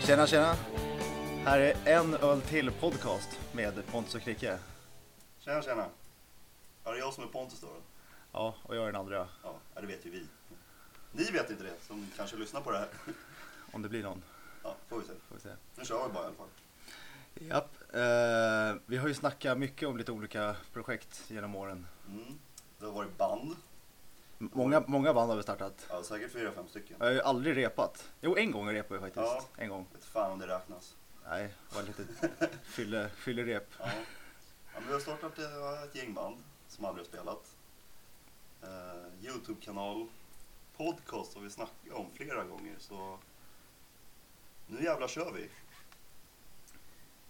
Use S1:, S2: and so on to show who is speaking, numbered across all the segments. S1: Tjena, tjena! Här är en öl till podcast med Pontus och Kricke.
S2: Tjena, tjena. Ja, det är jag som är Pontus då. då.
S1: Ja, och jag är den andra,
S2: Ja, ja, det vet ju vi. Ni vet inte det, som kanske lyssnar på det här.
S1: om det blir någon.
S2: Ja, får vi se.
S1: Får vi se.
S2: Nu kör vi bara i alla fall.
S1: Japp. Eh, vi har ju snackat mycket om lite olika projekt genom åren.
S2: Mm. Det har varit band.
S1: M- Många, många band har vi startat.
S2: Ja, säkert fyra, fem stycken.
S1: Jag har ju aldrig repat. Jo, en gång repade jag faktiskt. En gång.
S2: Vet fan om det räknas.
S1: Nej, det var lite fylle, fyllerep.
S2: Ja. Ja, men vi har startat eh, ett gäng band som aldrig har spelat. Eh, Youtube-kanal. Podcast har vi snackat om flera gånger, så nu jävlar kör vi.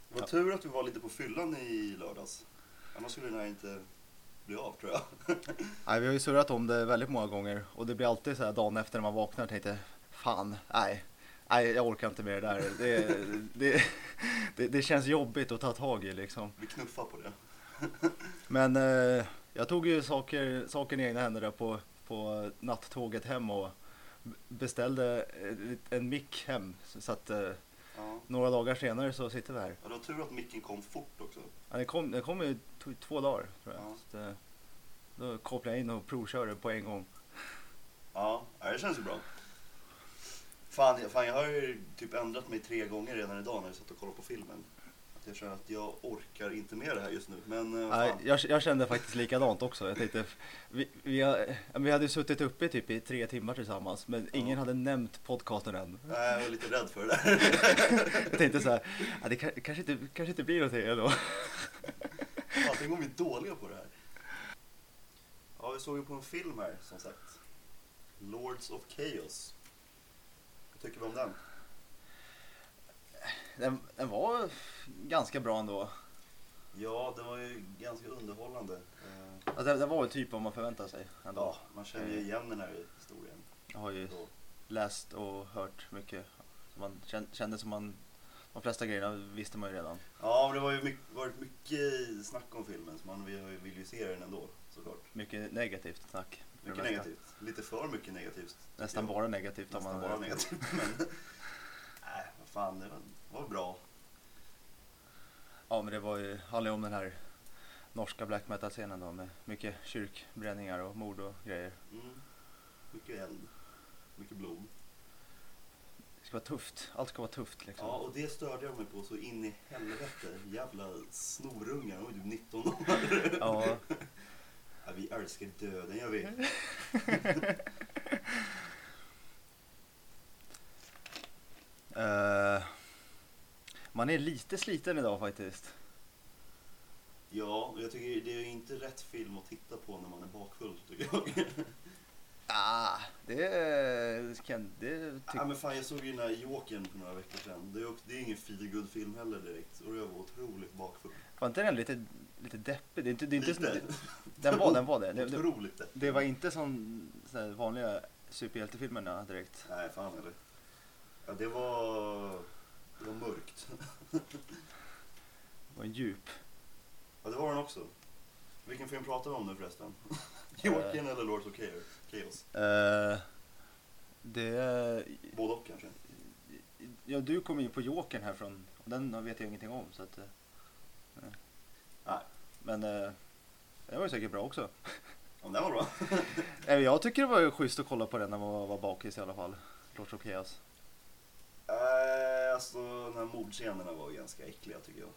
S2: Det var
S1: Ja.
S2: tur att vi var lite på fyllan i lördags. Annars skulle den här inte bli av, tror jag.
S1: Nej, vi har ju surrat om det väldigt många gånger och det blir alltid så här dagen efter när man vaknar tänkte fan, nej, nej, jag orkar inte med det där. Det, det, det, det känns jobbigt att ta tag i liksom.
S2: Vi knuffar på det.
S1: Men eh, jag tog ju saker, saken i egna händer där på, på nattåget hem och b- beställde eh, en mick hem. Så att eh,
S2: Ja.
S1: några dagar senare så sitter vi här.
S2: Ja, det var tur att micken kom fort också.
S1: Ja, det kom, det kom ju t- två dagar tror jag.
S2: Ja.
S1: Så att, eh, då kopplade jag in och provkörde på en gång.
S2: Ja, ja det känns ju bra. Fan, jag- fan, jag har ju typ ändrat mig tre gånger redan idag när jag satt och kollade på filmen. Att jag känner att jag orkar inte med det här just nu. Men eh,
S1: Nej,
S2: fan.
S1: jag, jag kände faktiskt likadant också. Jag tänkte, vi, vi, har- vi hade ju suttit uppe typ i tre timmar tillsammans men ingen hade nämnt podcasten än.
S2: Nej, jag är lite rädd för det där.
S1: Jag tänkte så här, ja, det ka- kanske inte, kanske inte blir någonting ändå.
S2: Fan, tänk om vi är dåliga på det här. Ja, vi såg ju på en film här som sagt. Lords of Chaos. Vad tycker vi om den?
S1: Den, den var ganska bra ändå.
S2: Ja, den var ju ganska underhållande. Eh,
S1: Alltså, den, den var ju typ vad man förväntar sig ändå.
S2: Ja, man känner ju igen den här historien.
S1: Jag har ju
S2: Då.
S1: läst och hört mycket. Så Man kän- kände som man, de flesta grejerna visste man ju redan.
S2: Ja, men det har ju mycket, varit mycket snack om filmen så man vill, vill ju se den ändå såklart.
S1: Mycket negativt snack. för det
S2: Mycket
S1: mesta.
S2: negativt. Lite för mycket negativt. tycker
S1: Nästan
S2: jag.
S1: bara negativt. om
S2: Nästan
S1: man-
S2: bara negativt. Men, nej, vad fan, det var, var bra.
S1: Ja men det var ju, handlar ju om den här norska black metal scenen då med mycket kyrkbränningar och mord och grejer.
S2: Mm. Mycket eld. Mycket blod.
S1: Det ska vara tufft, allt ska vara tufft liksom.
S2: Ja, och det störde jag mig på så in i helvete. Jävla snorungar, de var ju typ 19 år.
S1: Ja.
S2: Ja, vi älskar döden, gör vi.
S1: Eh, man är lite sliten idag faktiskt.
S2: Ja, och jag tycker det är ju inte rätt film att titta på när man är bakfull, tycker jag.
S1: Ah, det är- kan, det tycker
S2: Ja, men fan, jag såg ju den här Jokern för några veckor sedan. Det är, ju också, det är ingen feelgood film heller direkt. Och jag var otroligt bakfull.
S1: Var inte den lite, lite deppig? Det är inte, det är inte,
S2: Lite.
S1: den var, den var det. Det, det,
S2: Otroligt det.
S1: det var inte som så här, vanliga superhjältefilmerna direkt.
S2: Nej, fan eller. Ja, det var... Det var mörkt.
S1: Det var djup.
S2: Ja, det var den också. Vilken film pratar vi om nu förresten? Jokern eller Lords of Chaos? Chaos?
S1: Eh, det
S2: Både och kanske.
S1: Ja, du kom in på Jokern härifrån och den vet jag ingenting om. Så att, eh, nej.
S2: Nej.
S1: Men eh, den var ju säkert bra också.
S2: Ja, men den var bra.
S1: Eller jag tycker det var ju schysst att kolla på den när man var, var bakis i alla fall. Lords of Chaos.
S2: Eh, alltså, de här mordscenerna var ju ganska äckliga tycker jag.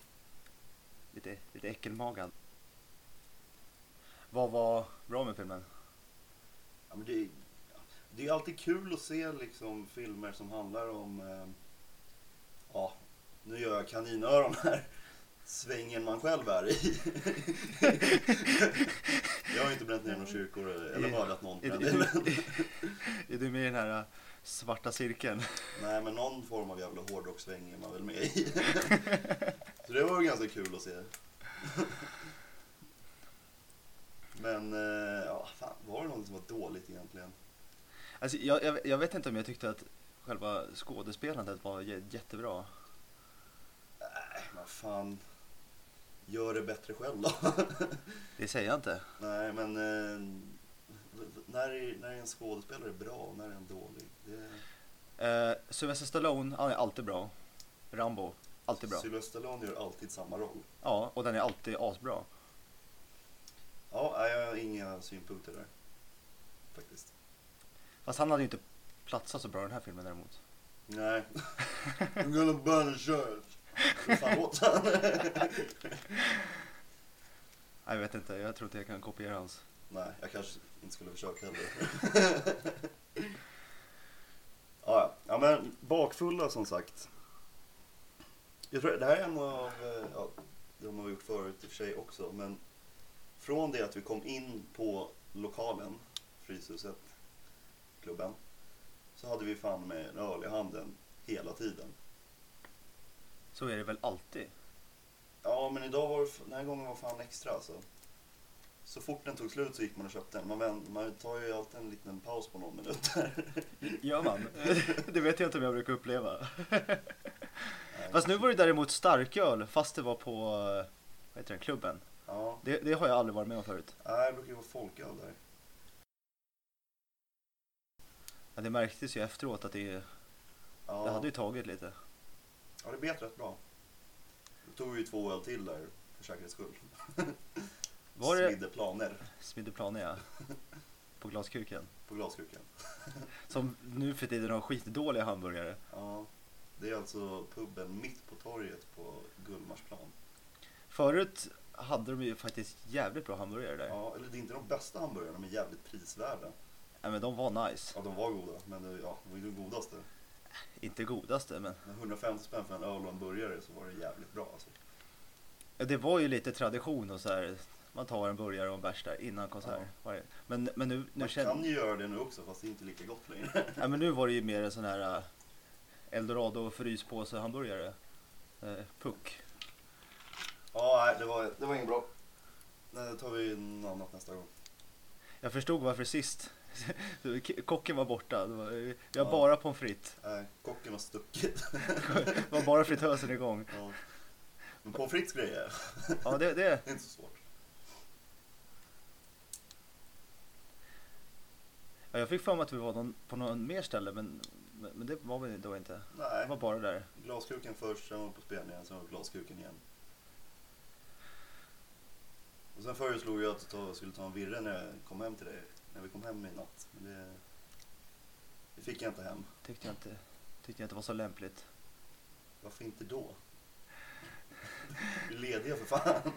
S1: Lite, lite äckelmagad. Vad var bra med filmen?
S2: Ja, men det, är- det är ju alltid kul att se liksom, filmer som handlar om... Eh, ja, nu gör jag kaninöron här. Svängen man själv är i. jag har ju inte bränt ner några kyrkor eller, eller mördat någon.
S1: Är,
S2: men-
S1: du- är, du- är du med i den här eh, svarta cirkeln?
S2: Nej, men någon form av jävla hårdrockssväng är man väl med i. Så det var ju ganska kul att se. Men, eh, ja, fan, var det något som var dåligt egentligen?
S1: Alltså, jag, jag, jag vet inte om jag tyckte att själva skådespelandet var jä- jättebra.
S2: Nej, men fan. Gör det bättre själv då.
S1: Det säger jag inte.
S2: Nej, men eh, v- v- när, är, när är en skådespelare bra och när är en dålig? Det,
S1: Eh, Sylvester Stallone, han är alltid bra. Rambo, alltid bra.
S2: Sylvester Stallone gör alltid samma roll.
S1: Ja, och den är alltid asbra.
S2: Ja, nej, jag har inga synpunkter där. Faktiskt.
S1: Fast han hade ju inte platsat så bra i den här filmen däremot.
S2: Nej. I'm gonna burn a church. Hur fan låter han?
S1: Nej, Jag vet inte, jag tror inte jag kan kopiera hans.
S2: Nej, jag kanske inte skulle försöka heller. ja, ja. ja, men bakfulla som sagt. Jag tror det här är en av, eh, ja, det har man gjort förut i och för sig också, men från det att vi kom in på lokalen, Fryshuset, klubben, så hade vi fan med en öl i handen hela tiden.
S1: Så är det väl alltid?
S2: Ja, men idag var det, f- den här gången var fan extra alltså. Så fort den tog slut så gick man och köpte den. Man, vänt, man tar ju alltid en liten paus på någon minut där.
S1: Gör man? det vet jag inte om jag brukar uppleva.
S2: Nej.
S1: Fast nu var det däremot starköl fast det var på, eh, vad heter den, klubben.
S2: Ja,
S1: Det, det har jag aldrig varit med om förut.
S2: nej, det brukar ju vara folköl där.
S1: Ja, det märktes ju efteråt att det, det
S2: Ja,
S1: hade ju tagit lite.
S2: ja det bet rätt bra. Då tog vi ju två öl till där för säkerhets skull.
S1: Var det
S2: Smidde planer
S1: Smiddeplane ja. På glaskuken.
S2: på glaskuken.
S1: Som nu för tiden har skitdåliga hamburgare.
S2: Ja, det är alltså puben mitt på torget på Gullmarsplan.
S1: Förut hade de ju faktiskt jävligt bra hamburgare där.
S2: Ja, eller det är inte de bästa hamburgarna, men jävligt prisvärda.
S1: Nej, men de var nice.
S2: Ja, de var goda, men det, ja, de var ju de godaste.
S1: Inte godaste men.
S2: Men 150 spänn för en öl och en burgare så var det jävligt bra alltså.
S1: Ja, Det var ju lite tradition och så här. Man tar en burgare och en bärs där innan konsert.
S2: Ja.
S1: Varje- Men, men, nu, nu,
S2: Man kan
S1: känner,
S2: ju göra det nu också fast det är inte lika gott längre.
S1: ja, men nu var det ju mer en sån här eh, Eldorado fryspåse hamburgare. Eh, puck.
S2: ja, nej, det var, det var inget bra. Nej, det tar vi något annat nästa gång.
S1: Jag förstod varför sist. Kocken var borta. Det var, jag
S2: Ja.
S1: bara pommes frites.
S2: Nej, kocken har stuckit.
S1: Det var bara fritösen igång.
S2: ja. Men pommes frites grejer,
S1: Ja, det, det.
S2: det är inte så svårt.
S1: Ja, jag fick för mig att vi var någon, på någon mer ställe men, men men det var vi då inte. Det
S2: Nej,
S1: var bara där.
S2: glaskuken först, sen var vi på spelningen, sen var vi på glaskuken igen. Och sen föreslog jag att jag skulle ta en virre när jag kom hem till dig, när vi kom hem i natt. Men det, det fick jag inte hem.
S1: Tyckte jag inte, tyckte jag inte var så lämpligt.
S2: Varför inte då? Vi är lediga för fan.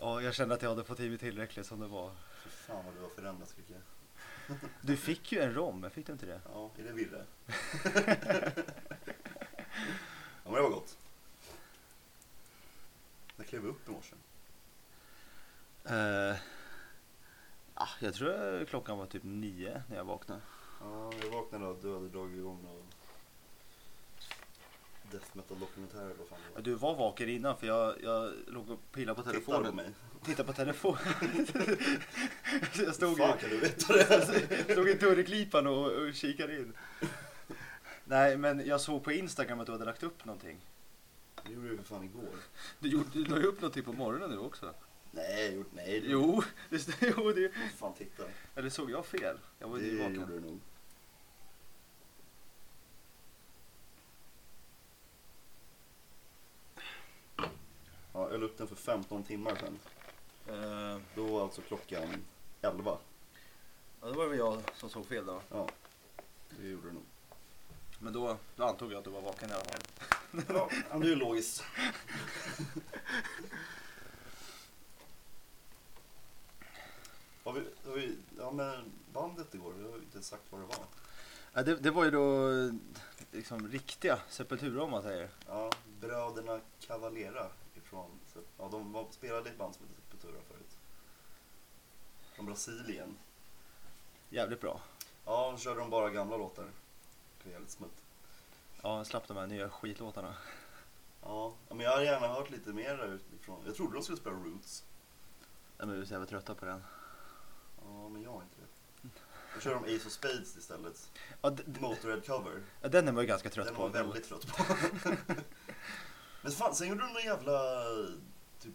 S1: Ja, jag kände att jag hade fått i mig tillräckligt som det var.
S2: För fan vad du har förändrats tycker jag.
S1: Du fick ju en rom, fick du inte det?
S2: Ja, är det Virre? ja men det var gott. När klev vi upp i morse?
S1: Uh, ah, jag tror klockan var typ nio när jag vaknade.
S2: Ja, jag vaknade av att du hade dragit igång någon death metal dokumentär eller vad fan det var.
S1: Du var vaken innan för jag, jag låg och pillade på
S2: Tittar du på
S1: telefonen.
S2: mig?
S1: Tittade på telefonen. jag stod i,
S2: fan kan du veta det?
S1: Stod i dörrklipan och, och kikade in. Nej, men jag såg på Instagram att du hade lagt upp någonting.
S2: Det gjorde du för fan igår.
S1: Du, gjorde, du la ju upp någonting på morgonen nu också.
S2: Nej, jag gjorde, nej. det-
S1: Jo, det, st- jo det,
S2: Fan titta.
S1: eller såg jag fel? Jag var
S2: Det
S1: ju
S2: gjorde
S1: nyvaken.
S2: du nog. Ja, jag la upp den för 15 timmar sedan.
S1: Eh,
S2: Då var alltså klockan 11.
S1: Ja, då var det väl jag som såg fel då.
S2: Ja, det gjorde du nog.
S1: Men då, då antog jag att du var vaken i alla fall.
S2: Ja, men det är ju logiskt. Har vi, har vi, ja men bandet igår, vi har inte sagt vad det var.
S1: Ja, det, det var ju då eh, liksom riktiga Sepultura om man säger.
S2: Ja, bröderna Cavalera ifrån, ja de var, spelade i ett band som hette Sepultura förut. Från Brasilien.
S1: Jävligt bra.
S2: Ja, då körde de bara gamla låtar. Det var jävligt smutt.
S1: Ja, jag slapp de här nya skitlåtarna.
S2: Ja, ja, men jag hade gärna hört lite mer där utifrån. Jag trodde de skulle spela Roots.
S1: Nej, men vi är så jävla trötta på den.
S2: Ja, men jag är inte det. Då kör de Ace of Spades istället.
S1: Ja, d- d-
S2: Motorhead cover.
S1: ja, den är man ju ganska trött
S2: Den
S1: på.
S2: var jag väldigt trött på. men fan, sen gjorde de någon jävla... Typ,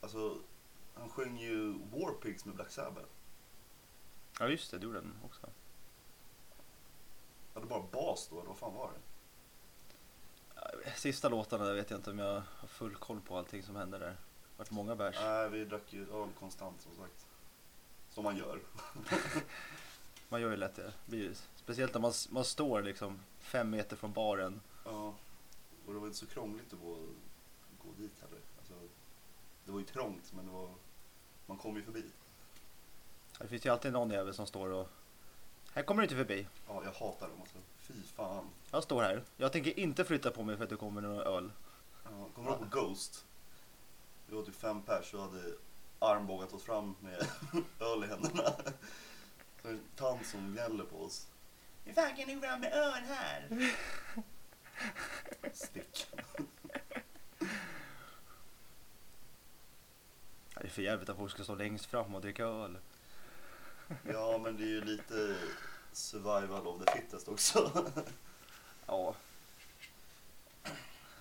S2: alltså, han sjöng ju War Pigs med Black Sabbath.
S1: Ja, just det, du gjorde den också.
S2: hade bara bas då, eller vad fan var det?
S1: Sista låtarna där vet jag inte om jag har full koll på allting som hände där. Vart många bärs.
S2: Nej, vi drack ju öl konstant som sagt. Som man gör.
S1: Man gör ju lätt det. Blir ju- Speciellt när man, man står liksom fem meter från baren.
S2: Ja. Och det var inte så krångligt att gå, gå dit heller. Alltså, det var ju trångt, men det var, man kom ju förbi.
S1: Det finns ju alltid någon jävel som står och... Här kommer du inte förbi.
S2: Ja, jag hatar dem alltså. Fy fan.
S1: Jag står här. Jag tänker inte flytta på mig för att det kommer några öl.
S2: Ja, kommer du ihåg på Ghost? Vi var typ fem pers och hade armbågat oss fram med öl i händerna. Så en tant som gnäller på oss. Hur fan kan du gå fram med öl här? Stick.
S1: Ja, Det är för jävligt att folk ska stå längst fram och dricka öl.
S2: Ja, men det är ju lite survival of the fittest också.
S1: Ja.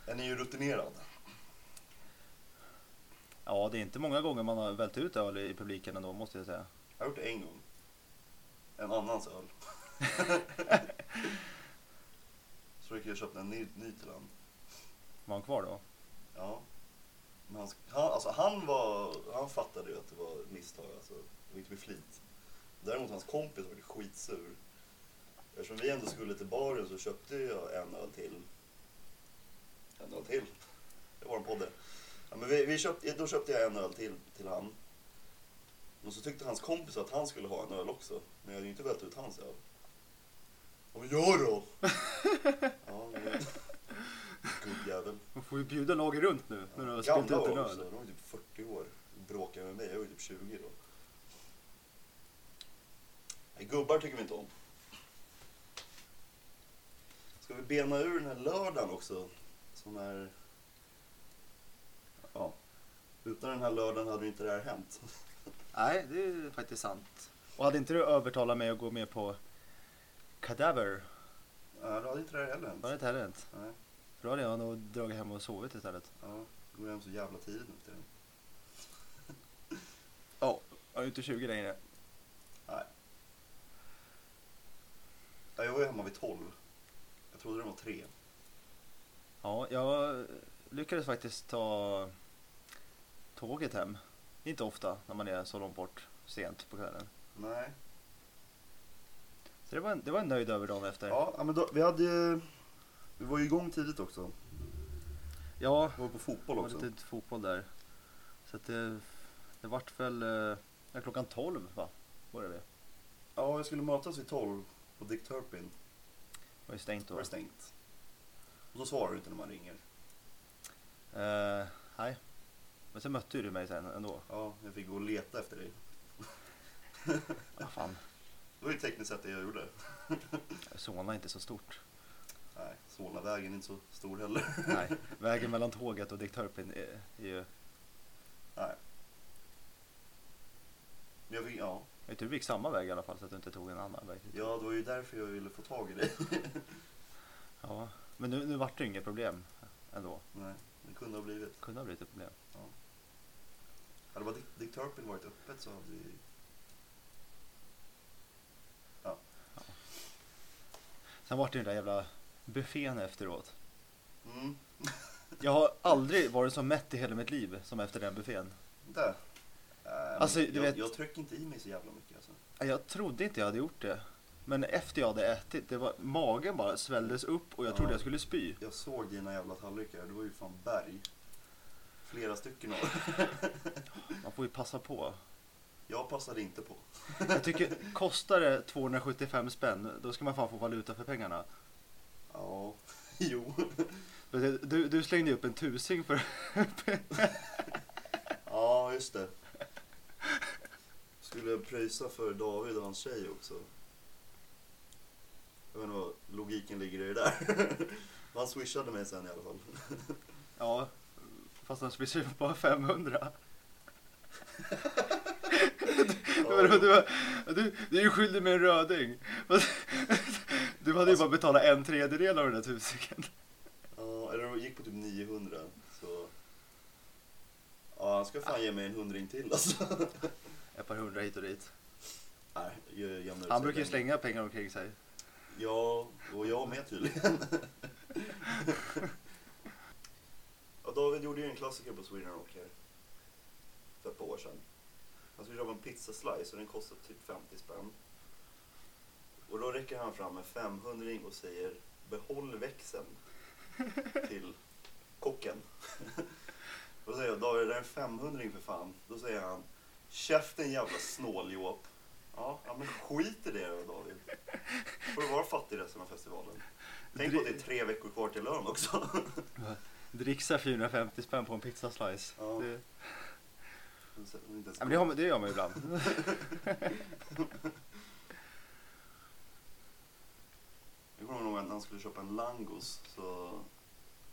S2: En är ju rutinerad.
S1: Ja, det är inte många gånger man har vält ut öl i publiken ändå måste jag säga.
S2: Jag har gjort det en gång. En annans öl. Så jag jag köpte en ny, ny till honom.
S1: Var han kvar då?
S2: Ja. Men han, han, alltså han, var, han fattade ju att det var ett misstag. Alltså, det var inte med flit. Däremot hans kompis var ju skitsur. Eftersom vi ändå skulle till baren så köpte jag en öl till. En öl till? Det var en podd det. ja, men vi, vi köpte, Då köpte jag en öl till till han. Och så tyckte hans kompis att han skulle ha en öl också. Men jag hade ju inte vält ut hans öl. Ja men jag då? ja, men... Gubbjävel.
S1: Man får ju bjuda lager runt nu när du har spillt ut
S2: Gamla
S1: en
S2: år också,
S1: öl.
S2: de var typ 40 år. Bråkade med mig, jag var typ 20 då. Nej, gubbar tycker vi inte om. Ska vi bena ur den här lördagen också? Som är... Ja. Utan den här lördagen hade ju inte det här hänt.
S1: Nej, det är faktiskt sant. Och hade inte du övertalat mig att gå med på Cadaver?
S2: Ja, då hade inte det här heller hänt.
S1: Var det inte heller hänt?
S2: Nej.
S1: För då hade jag nog dragit hem och sovit istället.
S2: Ja, då går jag hem så jävla tidigt nu för tiden.
S1: Ja, jag är ju inte 20 längre.
S2: Ja, jag var ju hemma vid 12. Jag trodde det var 3.
S1: Ja, jag lyckades faktiskt ta tåget hem. Inte ofta när man är så långt bort sent på kvällen.
S2: Nej.
S1: Så det var en, det var en nöjd över dagen efter.
S2: Ja, ja, men då, vi hade ju... Vi var ju igång tidigt också.
S1: ja
S2: Vi var på fotboll
S1: det var
S2: också.
S1: lite fotboll där. Så att det, det vart väl eh, ja, klockan 12 va? Började vi. Det
S2: Ja, jag skulle mötas vid 12 på Dick Turpin.
S1: var ju stängt
S2: Då
S1: då.
S2: var det stängt. Och då svarar du inte när man ringer.
S1: Eh, nej. Men sen mötte ju du mig sen ändå.
S2: Ja, jag fick gå och leta efter dig.
S1: Ja, fan.
S2: Det var ju tekniskt sett det jag gjorde.
S1: Solna är inte så stort.
S2: Nej, Solnavägen är inte så stor heller.
S1: Nej, vägen mellan tåget och Dick Turpin är, är ju...
S2: Nej. Men jag fick, ja.
S1: Jag tror vi gick samma väg i alla fall så att du inte tog en annan väg.
S2: ja, det var ju därför jag ville få tag i dig.
S1: Ja. Men nu, nu vart det ju inget problem ändå.
S2: Nej, det kunde ha blivit.
S1: Det kunde ha blivit ett problem.
S2: Hade bara Dick, Dick Turpin varit öppet så hade vi...
S1: Sen vart det ju den där jävla buffén efteråt.
S2: Mm,
S1: Jag har aldrig varit så mätt i hela mitt liv som efter den buffén.
S2: där. Äh,
S1: Alltså,
S2: men
S1: du
S2: jag,
S1: vet-
S2: jag trycker inte i mig så jävla mycket alltså.
S1: Jag trodde inte jag hade gjort det. Men efter jag hade ätit, det var, magen bara svälldes upp och jag
S2: Ja.
S1: trodde jag skulle spy.
S2: Jag såg dina jävla tallrikar, det var ju fan berg. Flera stycken av dem.
S1: Man får ju passa på.
S2: Jag passade inte på.
S1: Jag tycker, kostar det 275 spänn, då ska man fan få valuta för pengarna.
S2: Ja, jo.
S1: Men det- Du, du slängde ju upp en tusing för...
S2: Ja, just det. Skulle jag pröjsa för David och hans tjej också. Jag vet inte vad logiken ligger i det där. Han swishade mig sen i alla fall.
S1: Ja, fast han skulle supa bara 500. Men
S2: Ja,
S1: du, du, du är ju skyldig mig en röding. Fast- Du hade ju bara betalat en tredjedel av den där tusingen.
S2: ja, eller det gick på typ 900. Så... Ja, han ska fan ge mig en hundring till alltså.
S1: Ett par hundra hit och dit.
S2: Nej, jag jämnar ut
S1: Han
S2: sig
S1: brukar ju
S2: länge.
S1: slänga pengar omkring sig.
S2: Ja, och jag med tydligen. ja, David gjorde ju en klassiker på Sweden Rock här för ett par år sedan. Han skulle köpa en pizzaslice och den kostade typ 50 spänn. Och då räcker han fram en 500 och säger behåll växeln till kocken. då säger jag David det är en 500 för fan. Då säger han käften jävla snåljåp. Ja, ja, men skit i det då David. Får du vara fattig resten av festivalen. Tänk på att det är tre veckor kvar till lön också.
S1: Dricksa 450 spänn på en pizzaslice.
S2: Ja.
S1: Det,
S2: Så att de inte ens
S1: ja, men det, har, man- det gör man ju ibland.
S2: Jag kommer ihåg när han skulle köpa en langos så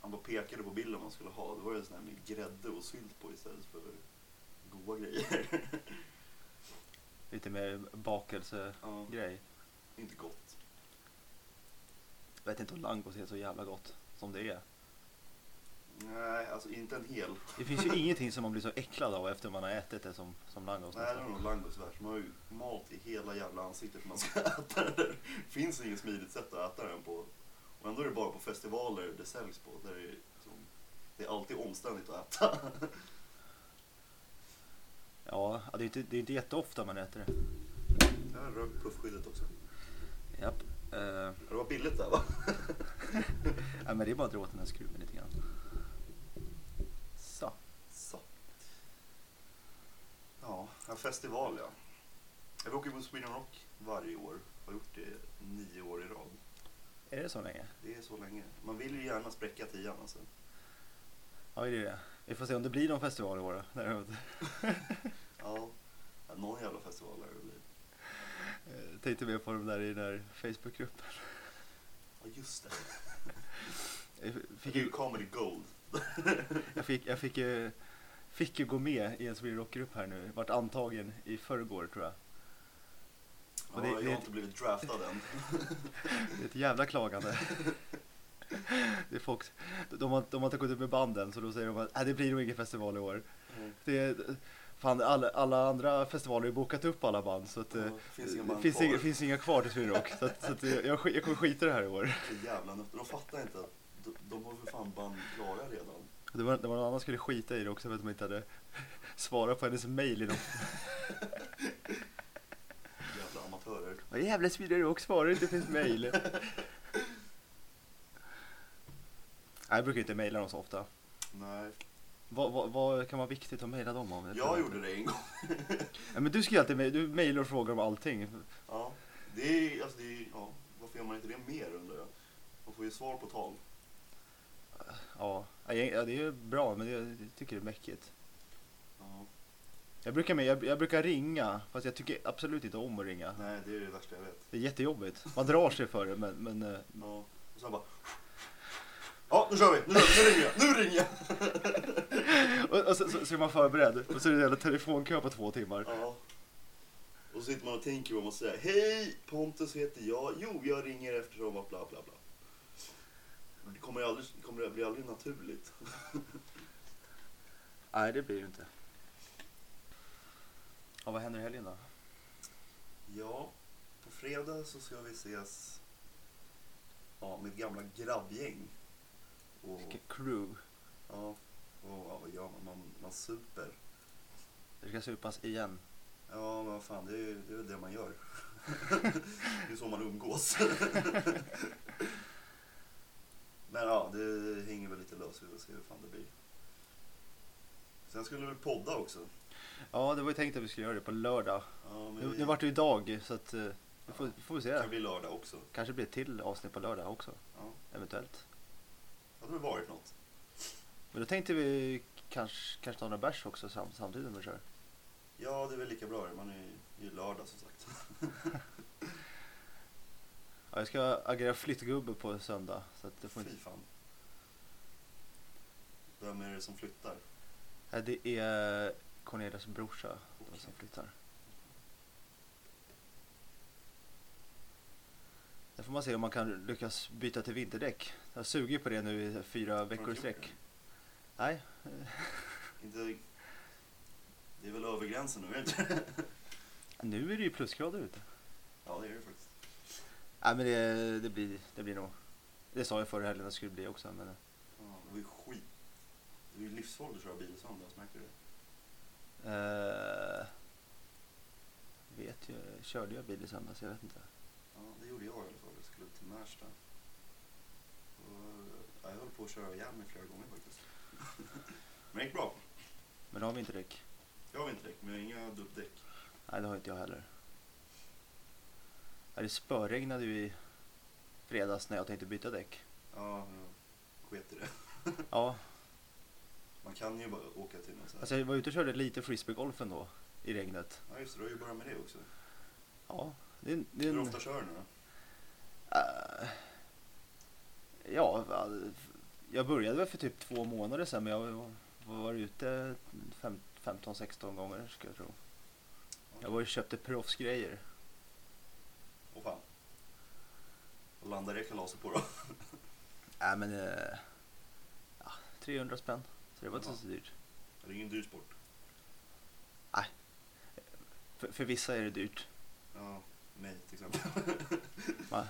S2: han bara pekade på bilden man skulle ha. Det var ju en sån här med grädde och sylt på istället för goda grejer.
S1: Lite mer bakelsegrej.
S2: Ja, inte gott.
S1: Jag vet inte om langos är så jävla gott som det är.
S2: Nej, alltså inte en hel.
S1: Det finns ju ingenting som man blir så äcklad av efter man har ätit det som, som langos.
S2: Nej, det är
S1: nästan.
S2: nog langos värst. Man har ju mat i hela jävla ansiktet när man ska äta det. där. finns inget smidigt sätt att äta den på. Och ändå är det bara på festivaler det säljs på. Där det, är liksom, det är alltid omständigt att äta.
S1: Ja, det är, inte, det är inte jätteofta man äter det.
S2: Jag har rökt puffskyddet också.
S1: Japp. Eh,
S2: Ja, Det var billigt där va?
S1: nej, men det är bara att dra åt den här skruven lite grann. Så.
S2: Så. Ja, en festival ja. Jag åker på Sweden Rock varje år. Har gjort det nio år i rad.
S1: Är det så länge?
S2: Det är så länge. Man vill ju gärna spräcka tian alltså.
S1: Ja, det är det. Vi får se om det blir någon festival i år. då. Nej, jag vet inte.
S2: Ja, ja, någon jävla festival är det väl.
S1: Eh, Tänkte mer på de där i den här Facebookgruppen.
S2: Ja, just det.
S1: Jag
S2: Fick
S1: fick
S2: ju
S1: ju,
S2: Comedy Gold.
S1: jag fick, jag fick, ju, fick ju gå med i en Sweden Rock-grupp här nu. Vart antagen i förrgår tror jag.
S2: Ja,
S1: Och det-
S2: jag
S1: det-
S2: har inte blivit draftad än.
S1: Det är ett jävla klagande. Det är folk, de, har, de har inte gått ut med banden så då säger de att "Äh, det blir nog ingen festival i år.
S2: Mm.
S1: Det är, fan, alla, alla andra festivaler har ju bokat upp alla band så att,
S2: Ja,
S1: eh,
S2: det finns inga band
S1: finns,
S2: kvar.
S1: inga, finns inga kvar till Sweden Rock. Så, att, så att jag, jag sk- jag kommer skita i det här i år.
S2: Så jävla nötter. De fattar inte att de, de har för fan band klara redan.
S1: Det var, det var någon annan som skulle skita i det också för att de inte hade svarat på hennes mail i någon
S2: Jävla amatörer.
S1: Vad jävla svider du och svarar inte på ett mejl. Nej, jag brukar inte mejla dem så ofta.
S2: Nej,
S1: Vad, vad, vad kan vara viktigt att mejla dem om?
S2: jag gjorde det en gång.
S1: Ja, men du ska ju alltid mejla, du mejlar och frågar om allting.
S2: Ja, det är, alltså det är, ja, varför gör man inte det mer undrar jag? Man får ju svar på tal.
S1: Ja, ja, jag- ja, det är ju bra men jag tycker det är mäckigt.
S2: Ja.
S1: Jag brukar, mejla- jag, jag brukar ringa fast jag tycker absolut inte om att ringa.
S2: Nej, det är det värsta jag vet.
S1: Det är jättejobbigt. Man drar sig för det men, men eh,
S2: Ja. Och sen bara... Ja, nu kör vi! Nu, kör vi, nu ringer jag! Nu ringer jag!
S1: och, och så, så, så är man förberedd och så är det en jävla telefonkö på två timmar.
S2: Ja. Och så sitter man och tänker vad man säger. Hej! Pontus heter jag. Jo, jag ringer eftersom bla bla bla. bla. Men Det kommer, ju aldrig, det kommer det blir aldrig naturligt.
S1: Nej det blir det inte. Ja, vad händer i helgen då?
S2: Ja, på fredag så ska vi ses ja, mitt gamla grabbgäng. Och,
S1: Crew.
S2: ja, och ja, vad gör man? Man, man super.
S1: Det ska supas igen.
S2: Ja, men vad fan, det är ju det, är väl det man gör. det är så man umgås. men ja, det hänger väl lite löst. Vi får se hur fan det blir. Sen skulle vi podda också.
S1: Ja, det var ju tänkt att vi skulle göra det på lördag.
S2: Ja, men
S1: Nu, nu vart det ju idag så att eh, vi får, vi får
S2: det
S1: se.
S2: kan bli lördag också.
S1: Kanske blir ett till avsnitt på lördag också.
S2: Ja.
S1: Eventuellt.
S2: Hade det varit något?
S1: Men då tänkte vi kanske, kanske ta några bärs också sam, samtidigt som vi kör.
S2: Ja, det är väl lika bra. Man är ju- det är ju lördag som sagt.
S1: Ja, jag ska agera flyttgubbe på söndag. Så att det, får inte...
S2: Fy fan. Vem är det som flyttar?
S1: Nej, det är Cornelias brorsa då, som flyttar. Där får man se om man kan lyckas byta till vinterdäck. Jag har sugit på det nu i fyra veckor i
S2: gjort
S1: sträck. Nej,
S2: Inte... Det är väl över gränsen nu, är det inte?
S1: nu är det ju plusgrader ute.
S2: Ja, det är det faktiskt.
S1: Nej men det, det, blir, det blir nog. Det sa jag förra helgen att det skulle bli också. Men
S2: Ja, det var ju skit. Det var ju livsfarligt att köra bil i söndags, märkte du det?
S1: eh, vet ju, körde jag bil i söndags? Jag vet inte.
S2: Ja, det gjorde jag i alla fall. Jag skulle till Märsta. Och, ja, jag höll på att köra ihjäl mig flera gånger faktiskt. Men det gick bra.
S1: Men då har vi inte däck.
S2: Jag har vinterdäck, men jag har inga dubbdäck.
S1: Nej det har inte jag heller. Ja, Det spöregnade ju i fredags när jag tänkte byta däck.
S2: Ja, jag sket i det.
S1: Ja,
S2: Man kan ju bara åka till någon så här.
S1: alltså jag var ute och körde lite frisbeegolf ändå i regnet.
S2: Ja, just det. Du har ju börjat med det också.
S1: Ja, det, är- det är
S2: Hur
S1: en...
S2: ofta kör du nu då?
S1: Eh, ja, va- jag började väl för typ två månader sedan men jag var- var ute fem- 15-16 gånger ska jag tro. Jag var ju och köpte proffsgrejer.
S2: Åh fan. Vad landar det kalaset på då?
S1: Nej men, eh, ja, 300 spänn. Så det var inte
S2: Ja.
S1: så dyrt.
S2: Det är ingen dyr sport.
S1: För, för vissa är det dyrt.
S2: Ja, mig till exempel.
S1: Man,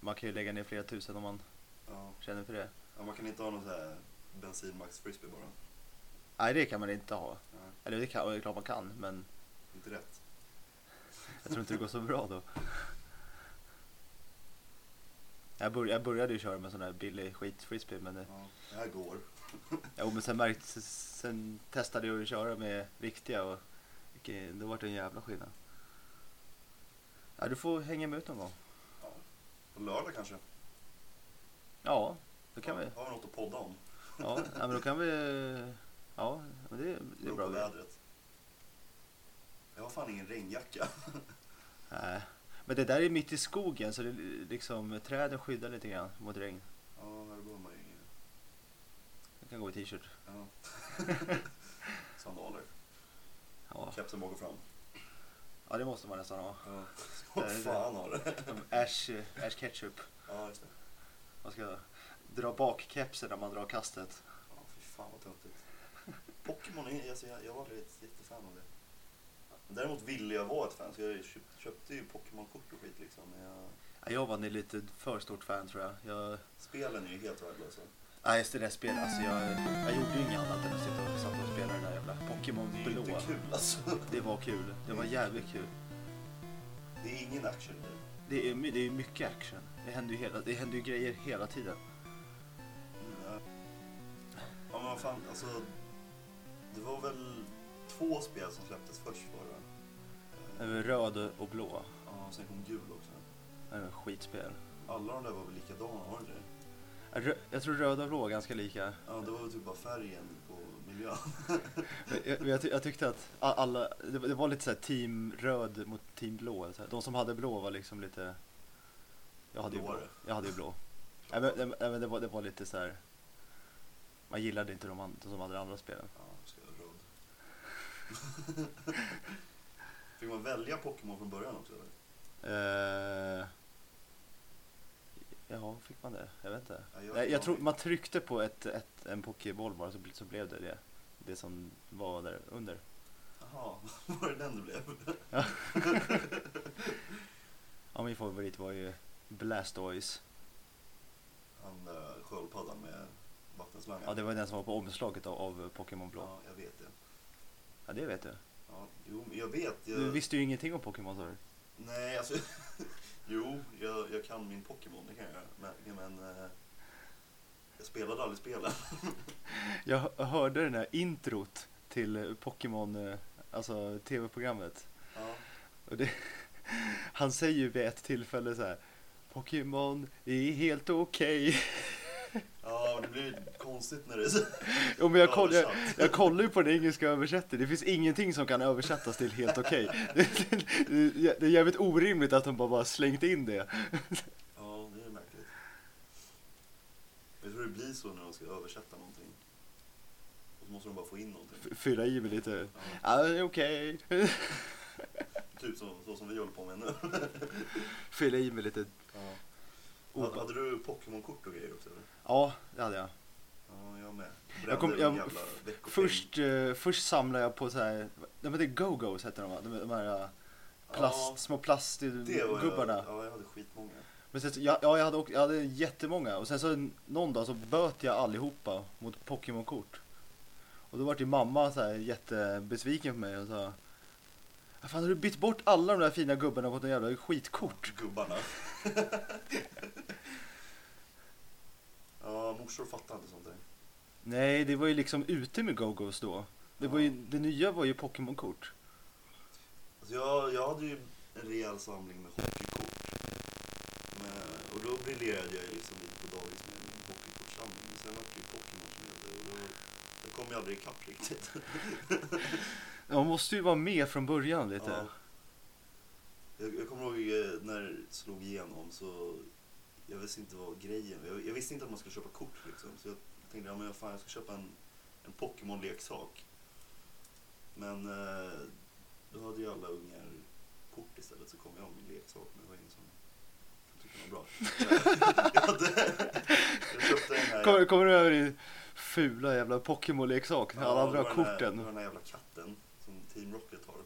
S1: man kan ju lägga ner flera tusen om man
S2: Ja.
S1: känner för det.
S2: ja, man kan inte ha någon så här bensinmax frisbee bara.
S1: Nej det kan man inte ha.
S2: Nej,
S1: Eller det, kan, det är klart man kan men
S2: inte rätt.
S1: Jag tror inte det går så bra då. Jag, bör, jag började ju köra med sån där billig skit frisbee men, eh,
S2: Ja, det här går.
S1: jo, men sen, märkt, sen testade jag att köra med riktiga och vilken- det vart en jävla skillnad. Ja, du får hänga med ut någon gång.
S2: Ja. På lördag kanske?
S1: Ja, då kan vi.
S2: Har vi något att podda om?
S1: Ja, ja, men då kan vi. Ja, men det, det är
S2: Beror
S1: bra.
S2: på
S1: grej.
S2: vädret. Jag har fan ingen regnjacka.
S1: Nej. Men det där är mitt i skogen så det är liksom träden skyddar lite grann mot regn.
S2: Ja, här behöver man ju ingen.
S1: Jag kan gå i t-shirt.
S2: Ja. Sandaler.
S1: Ja.
S2: Kepsen bak och fram.
S1: ja, det måste man nästan ha.
S2: Ja. Vad fan har det?
S1: Ash, ash ketchup.
S2: Ja, just det.
S1: Man ska dra bak kepsen när man drar kastet.
S2: Ja, fy fan vad töntigt. Pokémon, är, alltså, jag, jag var aldrig ett jättefan av det. Däremot ville jag vara ett fan, så jag köpt, köpte ju Pokémon-kort och skit liksom. Men jag,
S1: Ja, Jag var nog lite för stort fan tror jag. jag
S2: spelen är ju helt värdelösa.
S1: nej, just det där spelet. Alltså jag, jag gjorde ju inget annat än att sitta och, satt och spela det där jävla Pokémon
S2: Det är ju
S1: Blå.
S2: inte kul alltså.
S1: Det var kul. Det var jävligt kul.
S2: Det är ingen action i det.
S1: Det är, my- det är mycket action. Det händer, ju hela, det händer ju grejer hela tiden.
S2: Ja Ja, men vad fan, alltså. Det var väl två spel som släpptes först var det
S1: Det
S2: va?
S1: var Eh, Röd och blå.
S2: Ja, och sen kom gul också.
S1: Det var skitspel.
S2: Alla de där var väl likadana, var det inte det?
S1: Rö- Jag tror röd och blå är ganska lika.
S2: Ja, det var väl typ bara färgen på miljön.
S1: Men Jag, men jag, ty- jag tyckte att a- alla, det var- det var lite såhär team röd mot team blå. Så här. De som hade blå var liksom lite... Jag hade ju blå.
S2: Blåare.
S1: Jag hade ju blå. Nej, men, nej, men- nej, men det, var, det var lite så här. Man gillade inte de, an- de som hade de andra spelen.
S2: Ja, nu ska jag röd. Fick man välja Pokémon från början också eller?
S1: Uh, ja, fick man det? Jag vet inte.
S2: Ja,
S1: Jag, jag tror man tryckte på ett, ett, en pokéboll bara så, bl- så blev det det. Det som var där under.
S2: Jaha, var det den det blev?
S1: Ja, min favorit var ju Blastoise.
S2: Han eh, sköldpaddan med vattenslangen.
S1: Ja, det var den som var på omslaget av, av Pokémon Blå.
S2: Ja, jag vet det.
S1: Ja, det vet du.
S2: Ja, jo, men jag vet. Jag...
S1: Du visste ju ingenting om Pokémon sa du.
S2: Nej, alltså. jo, jag, jag kan min Pokémon, det kan jag göra. Men, men eh, jag spelade aldrig spelen.
S1: Jag hö- hörde den här introt till eh, Pokémon, eh, alltså tv-programmet.
S2: ja,
S1: Och det, han säger ju vid ett tillfälle så här. Pokémon är helt okej.
S2: ja, det blir ju konstigt när det är
S1: Jo, men jag, koll, jag,
S2: Översatt.
S1: jag kollar ju på den engelska översättningen. Det finns ingenting som kan översättas till helt okej. Det, det, det är jävligt orimligt att de bara, bara slängt in det.
S2: Ja, det är märkligt. Jag tror det blir så när de ska översätta någonting. Och så måste de bara få in någonting.
S1: F- Fylla i med lite. Ja,
S2: Ja,
S1: det är okej.
S2: typ så, så som vi håller på med nu.
S1: Fylla i med lite.
S2: Ja.
S1: Oh,
S2: Hade du Pokémon-kort och grejer också? Eller?
S1: Ja, det hade jag.
S2: Ja, jag med.
S1: Jag kom- jag-
S2: en jävla veckopeng.
S1: Först, eh, först samlade jag på så här, de heter Go-Go's heter de va? De, de här eh, plast,
S2: Ja.
S1: små
S2: Det var
S1: plastgubbarna.
S2: Jag, ja, jag hade skitmånga.
S1: Men sen, så- ja, ja, jag, hade också, jag hade jättemånga och sen så någon dag så böt jag allihopa mot Pokémon-kort. Och då vart ju mamma så här jättebesviken på mig och sa "Ja, Fan har du bytt bort alla de där fina gubbarna mot en jävla skitkort?
S2: Gubbarna. ja, morsor fattar inte sånt där.
S1: Nej, det var ju liksom ute med Go-Go's då. Det, var ju,
S2: Ja.
S1: det nya var ju Pokémon-kort.
S2: Alltså jag, jag hade ju en rejäl samling med hockeykort. Men, och då briljerade jag ju liksom lite på dagis med min hockeykortssamling. Men sen var det ju Pokémon som gällde och då, då kom jag aldrig ikapp riktigt.
S1: Man måste ju vara med från början lite.
S2: Ja. Jag, jag kommer ihåg eh, när det slog igenom så jag visste inte vad grejen jag, jag visste inte att man skulle köpa kort liksom. Så jag tänkte, ja men vad fan jag ska köpa en, en Pokémon-leksak. Men eh, då hade ju alla ungar kort istället så kom jag med en leksak men det var ingen som som tyckte det var bra. Jag, jag, hade, jag köpte den här...
S1: Kommer, kommer du över din fula jävla Pokémon-leksak? när
S2: Ja,
S1: alla
S2: det
S1: andra har
S2: var den här-
S1: korten.
S2: Det var den här jävla katten som Team Rocket har.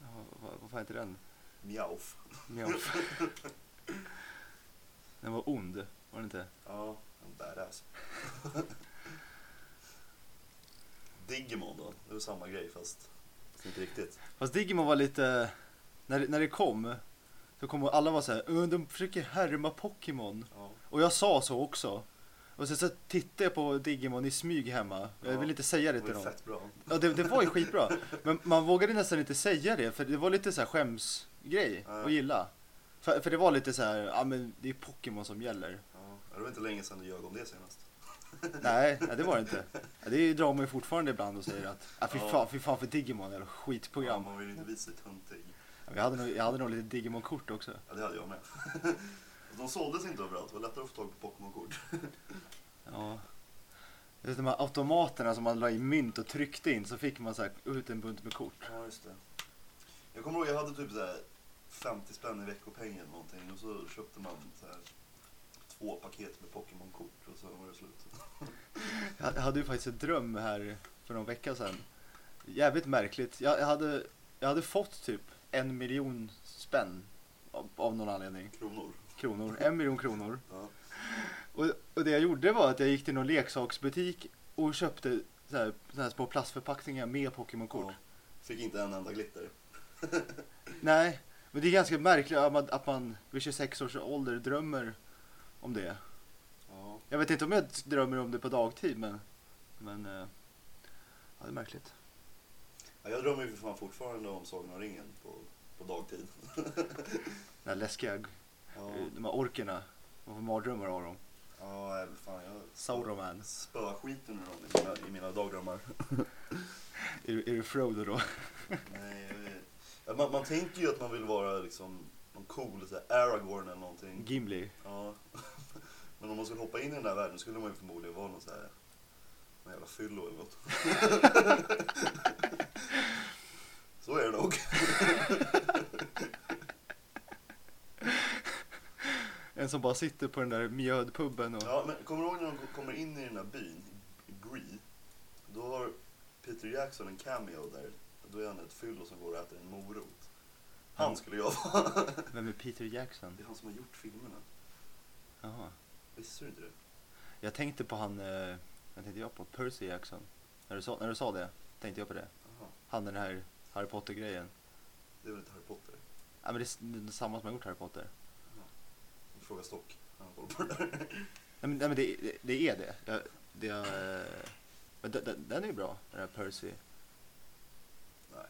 S1: Ja, vad, vad fan heter den?
S2: Mjauff.
S1: Mjauff. Den var ond, var den inte?
S2: Ja, en badass. Digimon då, det var samma grej fast, fast inte riktigt.
S1: Fast Digimon var lite... När, när det kom, så kom och alla var så här, "Öh, de försöker härma Pokémon.
S2: Ja.
S1: Och jag sa så också. Och sen så tittade jag på Digimon i smyg hemma. Jag
S2: Ja,
S1: vill inte säga det
S2: Det var
S1: till
S2: ju
S1: någon.
S2: fett bra.
S1: Ja, det, det var ju skitbra. Men man vågade nästan inte säga det, för det var lite så här skämsgrej
S2: Ja.
S1: att gilla. För, för det var lite så här, ja men det är Pokémon som gäller.
S2: Ja. Det var inte länge sedan du ljög om det senast.
S1: Nej, nej, det var det inte. Ja, Det drar man ju fortfarande ibland och säger att ah, fy,
S2: Ja.
S1: fan, fy fan för Digimon, jävla
S2: Ja,
S1: skitprogram.
S2: man vill ju inte visa sig töntig.
S1: Ja, Jag hade nog, jag hade nog lite Digimon-kort också.
S2: Ja, det hade jag med. De såldes inte överallt, det var lättare att få tag på Pokémon-kort.
S1: Ja. Det är de här automaterna som man la i mynt och tryckte in så fick man så här ut en bunt med kort.
S2: Ja, just det. Jag kommer ihåg, jag hade typ så här 50 spänn i veckopeng eller någonting och så köpte man så här två paket med Pokémon-kort och sen var det slut.
S1: Jag jag hade ju faktiskt en dröm här för någon vecka sedan. Jävligt märkligt. Jag, jag, hade, jag hade fått typ en miljon spänn av, av någon anledning.
S2: Kronor.
S1: Kronor. En miljon kronor.
S2: Ja.
S1: Och, och det jag gjorde var att jag gick till någon leksaksbutik och köpte så här, så här små plastförpackningar med Pokémon-kort.
S2: Ja. Fick inte en enda glitter.
S1: Nej, men det är ganska märkligt att man, att man vid 26 års ålder drömmer om det.
S2: Ja.
S1: Jag vet inte om jag drömmer om det på dagtid, men... men eh, ja, det är märkligt.
S2: Ja, jag drömmer ju för fan fortfarande om Sagan om ringen på, på dagtid.
S1: Den här läskiga, eh,
S2: Ja,
S1: de här orkerna. Man får mardrömmar av dem.
S2: ja nej, fan jag
S1: Sauroman.
S2: spöar skiten ur dem i mina, i mina dagdrömmar.
S1: Är, du- är du Frodo då?
S2: nej, jag vet- ja, man, man tänker ju att man vill vara liksom någon cool så här Aragorn eller någonting.
S1: Gimli?
S2: Ja. Men om man skulle hoppa in i den där världen skulle man ju förmodligen vara någon så här någon jävla fyllo eller något. så är det nog.
S1: En som bara sitter på den där mjödpubben och...
S2: Ja, men kommer du ihåg när de kommer in i den här byn, i Bree? Då har Peter Jackson en cameo där. Då är han ett fyllo som går och äter en morot. Han skulle jag vara.
S1: Vem är Peter Jackson?
S2: Mm. Det är han som har gjort filmerna.
S1: Jaha.
S2: Visste du inte det?
S1: Jag tänkte på han... Eh, vad tänkte jag på? Percy Jackson. När du, sa, när du sa det tänkte jag på det.
S2: Aha.
S1: Han den här Harry Potter-grejen.
S2: Det är väl inte Harry Potter?
S1: Ja, men det är s- det är samma som har gjort Harry Potter.
S2: Fråga Stock. Han har koll på det där.
S1: Nej men, nej, men det, det, det är det. Jag, det jag, eh, men den- den, den är ju bra, den här Percy.
S2: Nej,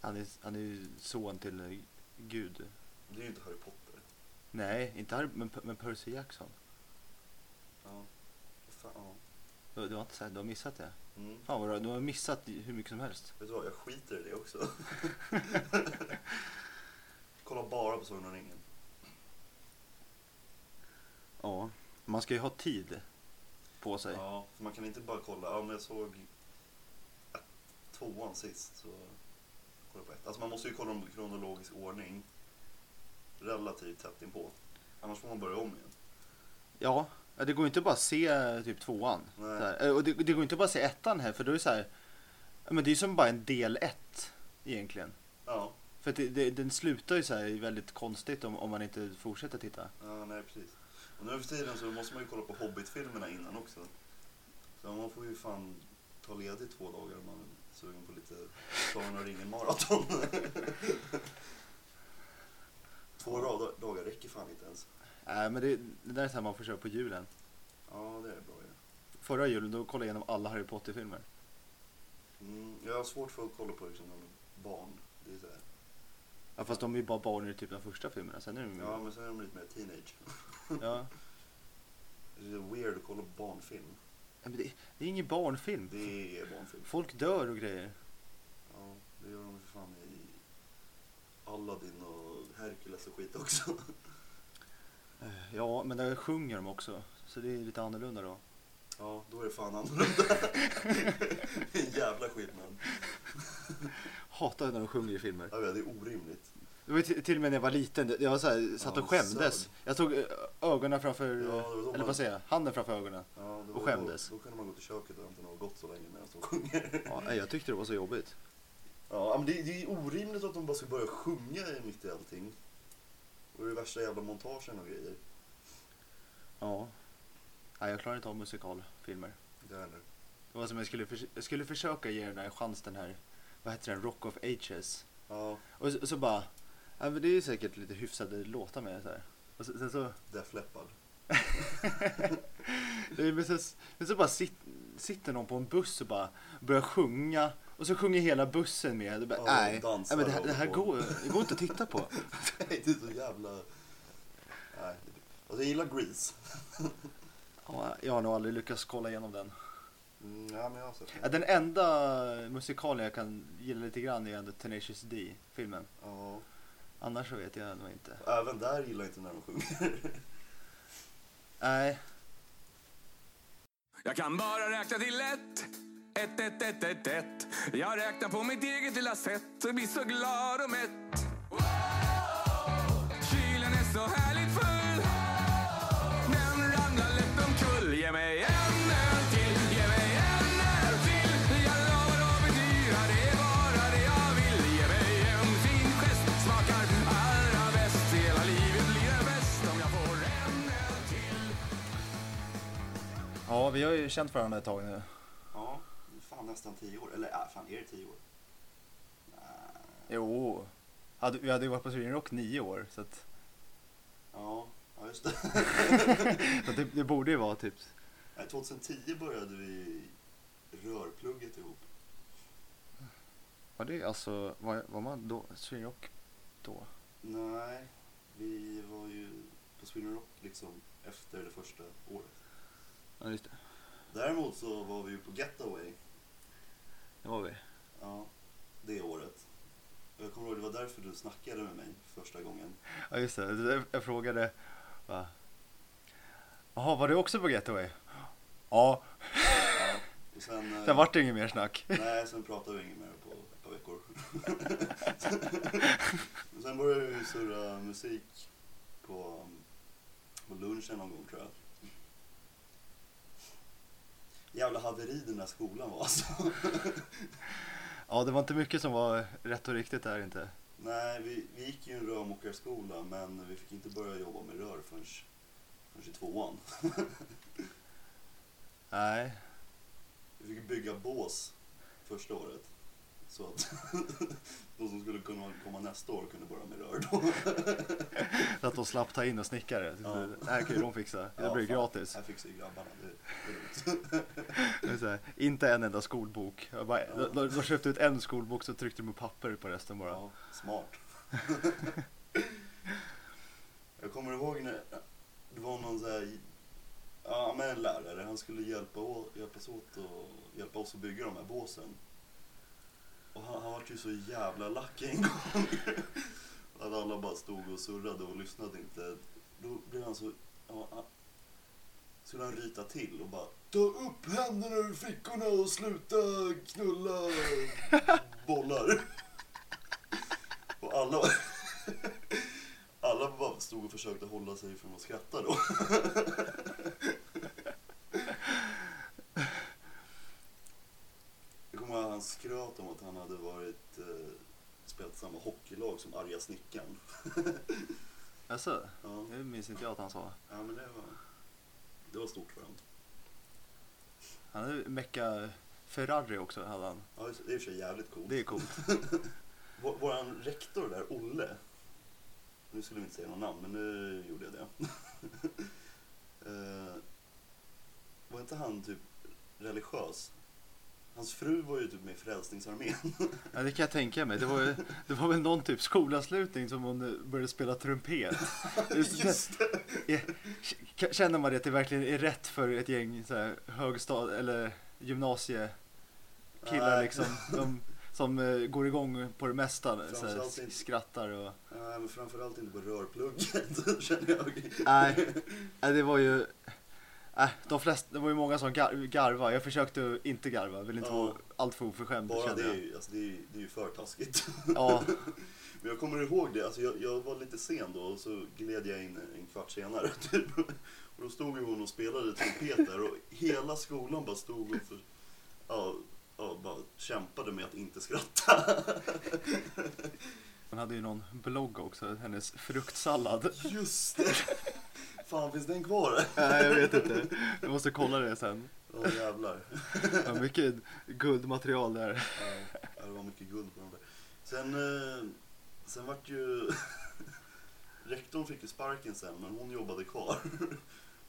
S1: Han är, han är ju son till eh, Gud.
S2: det är ju inte Harry Potter.
S1: Nej, inte Harry, men, men Percy Jackson.
S2: Ja. Fan, ja.
S1: Du, du, har inte, sett- du har missat det.
S2: Mm.
S1: Fan vad du, du har missat hur mycket som helst.
S2: Vet du vad, jag skiter i det också. Kolla bara på Sagan om ringen.
S1: Ja. Man ska ju ha tid på sig.
S2: Ja, för man kan inte bara kolla, ja men jag såg ett- tvåan sist så kolla på ett. Alltså man måste ju kolla dem i kronologisk ordning relativt tätt inpå. Annars får man börja om igen.
S1: Ja. ja, det går ju inte bara att se eh, typ tvåan.
S2: Nej.
S1: Så här. Eh, Och det, det går ju inte bara att se ettan här för då är det så här. ja, Men det är ju som bara en del ett egentligen.
S2: Ja,
S1: För att det, det, den slutar ju så här väldigt konstigt om, om man inte fortsätter titta.
S2: Ja, nej precis. Och nu för tiden så måste man ju kolla på Hobbit-filmerna innan också. Så man får ju fan ta ledigt två dagar om man är sugen på lite Sagan och ringen-maraton. två rad- dagar räcker fan inte ens.
S1: Nej, men det, det där är så här man får köra på julen.
S2: Ja, det är bra ju.
S1: Förra julen då kollade jag igenom alla Harry Potter-filmer.
S2: Mm, jag har svårt för att kolla på liksom de barn. Det är så här.
S1: Ja, fast de är ju bara barn i typ de första filmerna. Sen är de ju...
S2: Ja, men sen är de lite mer teenage.
S1: Ja.
S2: Det är weird att kolla på barnfilm.
S1: Ja, Men det, det är ingen barnfilm.
S2: Det är barnfilm.
S1: Folk dör och grejer.
S2: Ja, det gör de för fan i Aladdin och Herkules och skit också.
S1: Ja, men där sjunger de också. Så det är lite annorlunda då.
S2: Ja, då är det fan annorlunda. Det är en jävla skillnad.
S1: Hatar när de sjunger i filmer.
S2: Jag vet, det är orimligt.
S1: Det var ju till- till och med när jag var liten, det- jag var så här, satt
S2: Ja,
S1: och skämdes.
S2: sömn.
S1: Jag tog eh, ögonen framför,
S2: Ja, det var då
S1: eller
S2: man-
S1: vad säger jag, handen framför ögonen.
S2: Ja, det var-
S1: Och skämdes.
S2: Då, då kunde man gå till köket och vänta och gått så länge medan de sjunger.
S1: Ja, nej, jag tyckte det var så jobbigt.
S2: Ja, men det, det är orimligt att de bara ska börja sjunga i mitt i allting. Och det är värsta jävla montagen och grejer.
S1: Ja. Nej, jag klarar inte av musikalfilmer.
S2: Det här nu.
S1: Det var som jag skulle, förs- jag skulle försöka ge den här chansen här, vad heter den, Rock of Ages.
S2: Ja,
S1: Och så, så bara, ja, men det är ju säkert lite hyfsade låtar med så här. Och så, sen så,
S2: Def Leppard.
S1: Nej, men så, men så bara sit, sitter någon på en buss och bara börjar sjunga och så sjunger hela bussen med. Det bara,
S2: Ja,
S1: nej,
S2: och
S1: nej
S2: dansar
S1: men det här,
S2: och
S1: det här
S2: håller på.
S1: går, det går inte att titta på.
S2: Nej, det är så jävla... Nej. Alltså, jag gillar Grease.
S1: Ja, jag har nog aldrig lyckats kolla igenom den.
S2: Mm, ja, men jag har sett
S1: Ja,
S2: den.
S1: Den enda musikalen jag kan gilla lite grann är ändå Tenacious D-filmen.
S2: Ja.
S1: Annars så vet jag nog inte.
S2: Även där gillar jag inte när de sjunger.
S1: Nej,
S3: Jag kan bara räkna till ett. Ett, ett, ett, ett, ett. Jag räknar på mitt eget lilla sätt och blir så glad och mätt. Kylen är så härligt full. Den ramlar lätt omkull. Ge mig en öl till, ge mig en öl till. Jag lovar att bedyra, det är bara det jag vill. Ge mig en fin gest, smakar allra bäst. Hela livet blir en fest om jag får en öl till.
S1: ja vi har ju känt varandra ett tag nu.
S2: Ja, det är fan nästan tio år. Eller äh, fan, är det tio år? Nej.
S1: Jo, hade, vi hade ju varit på Sweden Rock nio år så, att,
S2: Ja, ja just det.
S1: så att det, det borde ju vara typ.
S2: Nej, 2010 började vi rörplugget ihop.
S1: Var det alltså, var, var man då, Sweden Rock då?
S2: Nej, vi var ju på Sweden Rock liksom efter det första året.
S1: Ja just det,
S2: Däremot så var vi ju på Getaway
S1: det var vi.
S2: ja, det året. Och Jag kommer ihåg det var därför du snackade med mig första gången.
S1: Ja just det, Det där- jag frågade. va? Jaha, var du också på Getaway? Ja,
S2: Ja, och sen, eh,
S1: sen vart det inget mer snack.
S2: Nej, sen pratade vi inget mer på ett par veckor. sen började vi surra musik på, um, på lunchen någon gång tror jag. Jävla haveri den där skolan var alltså.
S1: Ja, det var inte mycket som var rätt och riktigt där inte.
S2: Nej, vi, vi gick ju i en rörmokarskola men vi fick inte börja jobba med rör förrän, förrän i tvåan.
S1: Nej,
S2: Vi fick bygga bås första året. Så att de som skulle kunna komma nästa år kunde börja med rör då.
S1: så att de slapp ta in och snickare.
S2: Ja.
S1: Det här kan ju de fixa, det blir
S2: fan.
S1: gratis.
S2: Här fixar ju grabbarna, det, det är lugnt.
S1: Det är så här, inte en enda skolbok. Jag bara,
S2: Ja.
S1: de, de, de köpte ut en skolbok så tryckte de upp papper på resten bara.
S2: Ja, smart. Jag kommer ihåg när det var någon så här, ja men en lärare, han skulle hjälpa, å- hjälpas åt och hjälpa oss att bygga de här båsen. Och han, han var ju så jävla lack en gång. Att alla bara stod och surrade och lyssnade inte. Då blev han så, ja, han- skulle han rita till och bara Ta upp händerna ur fickorna och sluta knulla bollar. Och alla, alla bara stod och försökte hålla sig från att skratta då. Jag kommer ihåg att han skröt om att han hade varit eh, spelat i samma hockeylag som arga snickaren.
S1: Jaså?
S2: Ja.
S1: Det Alltså, minns inte jag att han sa.
S2: ja, men det var, det var stort för honom.
S1: Han hade ju mecka Ferrari också. Hade han.
S2: Ja, just det det är i och för sig jävligt coolt.
S1: Det är coolt.
S2: Vår, våran rektor där, Olle. Nu skulle vi inte säga någon namn, men nu gjorde jag det. Eh, var inte han typ religiös? Hans fru var ju typ med i Frälsningsarmén.
S1: Ja, det kan jag tänka mig. Det var, ju, det var väl någon typ skolavslutning som hon eh, började spela trumpet.
S2: Just det!
S1: Ja, k- Känner man det att det verkligen är rätt för ett gäng så här, högstad eller gymnasiekillar
S2: Nej.
S1: liksom. De, som eh, går igång på det mesta. Så
S2: Framförallt
S1: här,
S2: inte-
S1: skrattar och...
S2: Nej, Eh, men framförallt inte på rörplugget, känner jag.
S1: Nej, nej, det var ju... Nej, de flesta, det var ju många som gar, garva. Jag försökte inte garva, vill inte
S2: Ja.
S1: vara alltför oförskämd
S2: Bara det
S1: kände
S2: är,
S1: jag.
S2: ju, alltså det, är ju, det är ju för taskigt.
S1: Ja,
S2: Men jag kommer ihåg det, alltså jag, jag var lite sen då och så gled jag in en kvart senare. Typ. Och då stod ju hon och spelade trumpet där och hela skolan bara stod och för, ja, ja, bara kämpade med att inte skratta.
S1: hon hade ju någon blogg också, hennes fruktsallad.
S2: Just det! Fan, finns den kvar?
S1: Nej, jag vet inte. Jag måste kolla det sen.
S2: Åh jävlar.
S1: Det var mycket guldmaterial där.
S2: Ja, det var mycket guld på de där. Sen, eh, sen vart ju... Rektorn fick ju sparken sen, men hon jobbade kvar.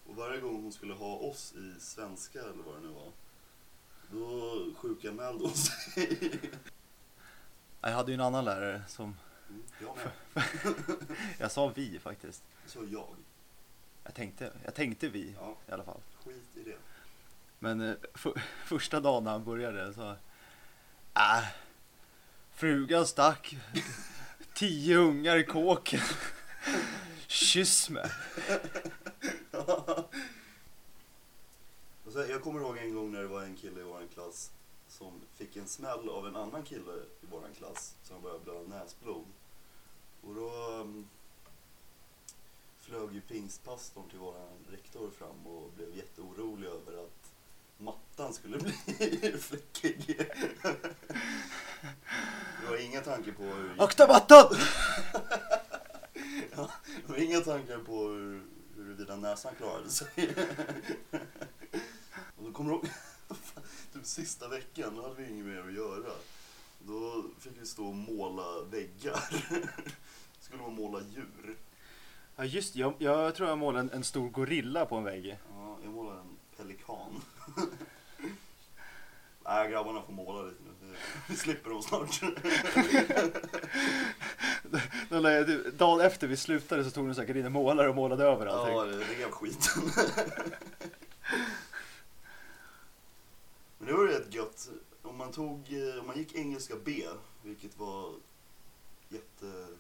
S2: Och varje gång hon skulle ha oss i svenska eller vad det nu var, då sjukanmälde hon sig.
S1: Jag hade ju en annan lärare som,
S2: Mm, Jag med.
S1: jag sa vi faktiskt.
S2: Så jag.
S1: Jag tänkte, jag tänkte vi
S2: Ja.
S1: i alla fall.
S2: Skit i det.
S1: Men eh, f- första dagen när han började så, äh, frugan stack, tio ungar i kåken. Kyss mig.
S2: Och sen, jag kommer ihåg en gång när det var en kille i vår klass som fick en smäll av en annan kille i vår klass som började blöda näsblod. Och då um, flög ju pingstpastorn till vår rektor fram och blev jätteorolig över att mattan skulle bli fläckig. Det var inga tankar på hur...
S1: Akta mattan!
S2: Ja, det var inga tankar på hur, huruvida näsan klarade sig. Och då kommer du ihåg, typ sista veckan, då hade vi inget mer att göra. Då fick vi stå och måla väggar. Skulle man måla djur.
S1: Ja just jag, jag tror jag målade en, en stor gorilla på en vägg.
S2: Ja, jag målade en pelikan. Nej, grabbarna får måla lite nu. Vi slipper dem snart.
S1: Då la jag- du, Dagen efter vi slutade så tog de säkert in en målare och målade över allting.
S2: Ja, det rev skiten. Men det var ju rätt gött. Om man, tog, eh, om man gick engelska B, vilket var jättekrångligt.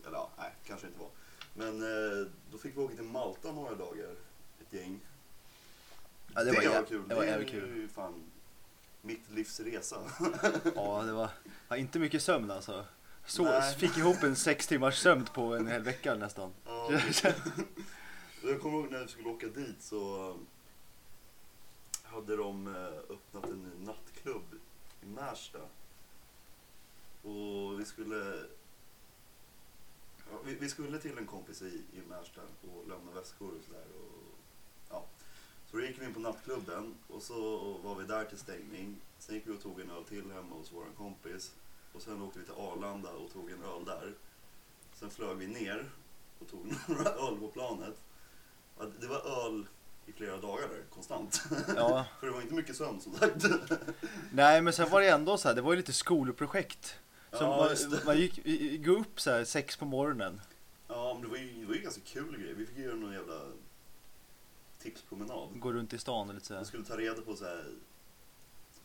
S2: Eller ja, nej, kanske inte var. Men eh, då fick vi åka till Malta några dagar, ett gäng.
S1: Ja, det var jäv- det var
S2: Det är
S1: jävligt kul.
S2: ju fan mitt livs resa.
S1: Ja, det var ja, inte mycket sömn alltså. Så
S2: Nej.
S1: fick ihop en sex timmars sömn på en hel vecka nästan.
S2: Ja, det- Och jag kommer ihåg när vi skulle åka dit så eh, hade de eh, öppnat en ny nattklubb i Märsta. Och vi skulle, ja, vi, vi skulle till en kompis i, i Märsta och lämna väskor och sådär. och- Ja. Så då gick vi in på nattklubben och så var vi där till stängning. Sen gick vi och tog en öl till hemma hos vår kompis. Och sen åkte vi till Arlanda och tog en öl där. Sen flög vi ner och tog några öl på planet. Ja, Det var öl i flera dagar där, konstant.
S1: Ja.
S2: För det var inte mycket sömn som sagt.
S1: Nej, men sen var det ändå så här, det var ju lite skolprojekt. Så
S2: Ja, just
S1: man,
S2: det.
S1: man gick, i- i- gå upp så här sex på morgonen.
S2: Ja, men det var ju, det var ju ganska kul grej. Vi fick ju göra någon jävla tipspromenad.
S1: Gå runt i stan och lite så här.
S2: Vi skulle ta reda på så här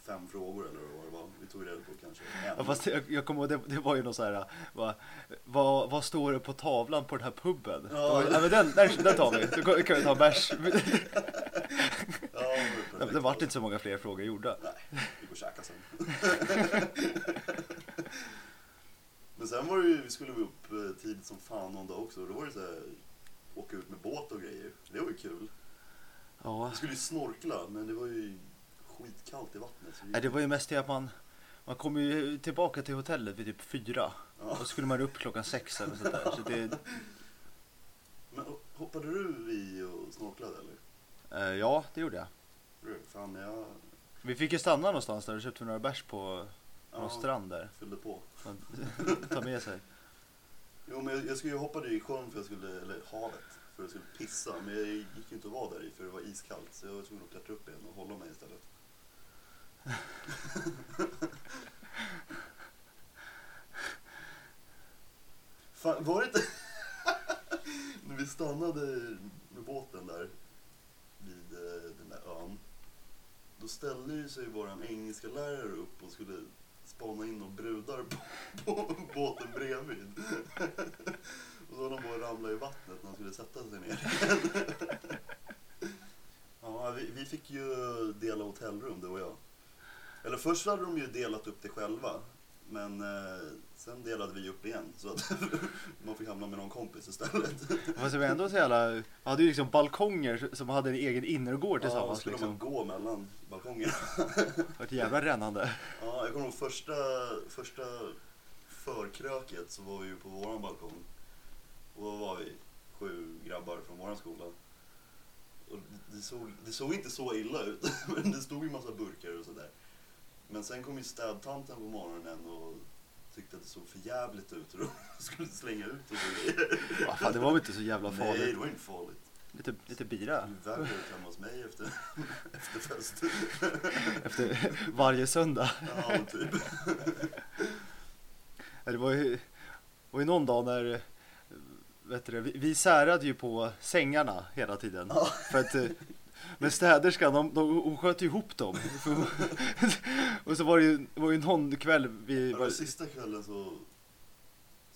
S2: fem frågor eller vad det var. Vi tog reda på kanske en.
S1: Ja, fast jag, jag kommer ihåg, det, det var ju något så här, va, vad, vad står det på tavlan på den här puben?
S2: Ja.
S1: Ja, var, ja men den, den, den tar vi, då kan- kan vi ta bärs.
S2: Ja, det var ju perfekt.
S1: Det vart inte så många fler frågor gjorda.
S2: Nej, vi går och käkar sen. Men sen var det ju, vi skulle vi upp eh, tidigt som fan någon dag också. Då var det så här, åka ut med båt och grejer. Det var ju kul.
S1: Ja.
S2: Vi skulle ju snorkla, men det var ju skitkallt i vattnet. Så vi-
S1: Nej, det var ju mest det att man, Man kom ju tillbaka till hotellet vid typ fyra. Och så skulle man upp klockan sex eller sånt där. Så det,
S2: Men hoppade du i och snorklade eller?
S1: eh, ja, det gjorde jag.
S2: Du, Fan, jag
S1: Vi fick ju stanna någonstans där och köpte några bärs på på någon strand där.
S2: fyllde på.
S1: Man tar med sig.
S2: Jo, men jag, jag skulle ju hoppa i sjön för jag skulle, eller havet, för jag skulle pissa. Men jag gick ju inte att vara där i för det var iskallt. Så jag var tvungen att klättra upp igen och hålla mig istället. Fan, var det inte... När vi stannade med båten där vid eh, den där ön. Då ställde ju sig våran engelska lärare upp och skulle spana in och brudar på, på båten bredvid. Och så höll han på att ramla i vattnet när han skulle sätta sig ner. Ja, vi, vi fick ju dela hotellrum, du och jag. Eller först hade de ju delat upp det själva. Men eh, sen delade vi upp det igen så att man fick hamna med någon kompis istället.
S1: Fast det var ändå så jävla... Man hade ju liksom balkonger som hade en egen innergård
S2: ja,
S1: tillsammans.
S2: skulle man
S1: liksom.
S2: gå mellan balkongerna.
S1: Det var ett jävla rännande.
S2: Ja, jag kommer ihåg första, första förkröket så var vi ju på våran balkong. Och då var vi sju grabbar från våran skola. Och det, såg, det såg inte så illa ut, men det stod ju massa burkar och sådär. Men sen kom ju städtanten på morgonen och tyckte att det såg för jävligt ut och då skulle slänga ut och så grejer.
S1: Ja, fan, det var väl inte så jävla
S2: Nej,
S1: farligt.
S2: det var inte farligt.
S1: Lite, lite
S2: Det
S1: bira
S2: är värre att hemma hos mig efter, efter fest.
S1: efter varje söndag.
S2: Ja, men typ.
S1: Ja, Det var ju, det var ju någon dag när eh, vet du, det, vi, vi särade ju på sängarna hela tiden.
S2: Ja.
S1: För att, eh, men städerskan, de, de, hon sköt ju ihop dem. För hon- och så var det ju, det var ju någon kväll vi...
S2: Det var
S1: Var,
S2: sista kvällen så...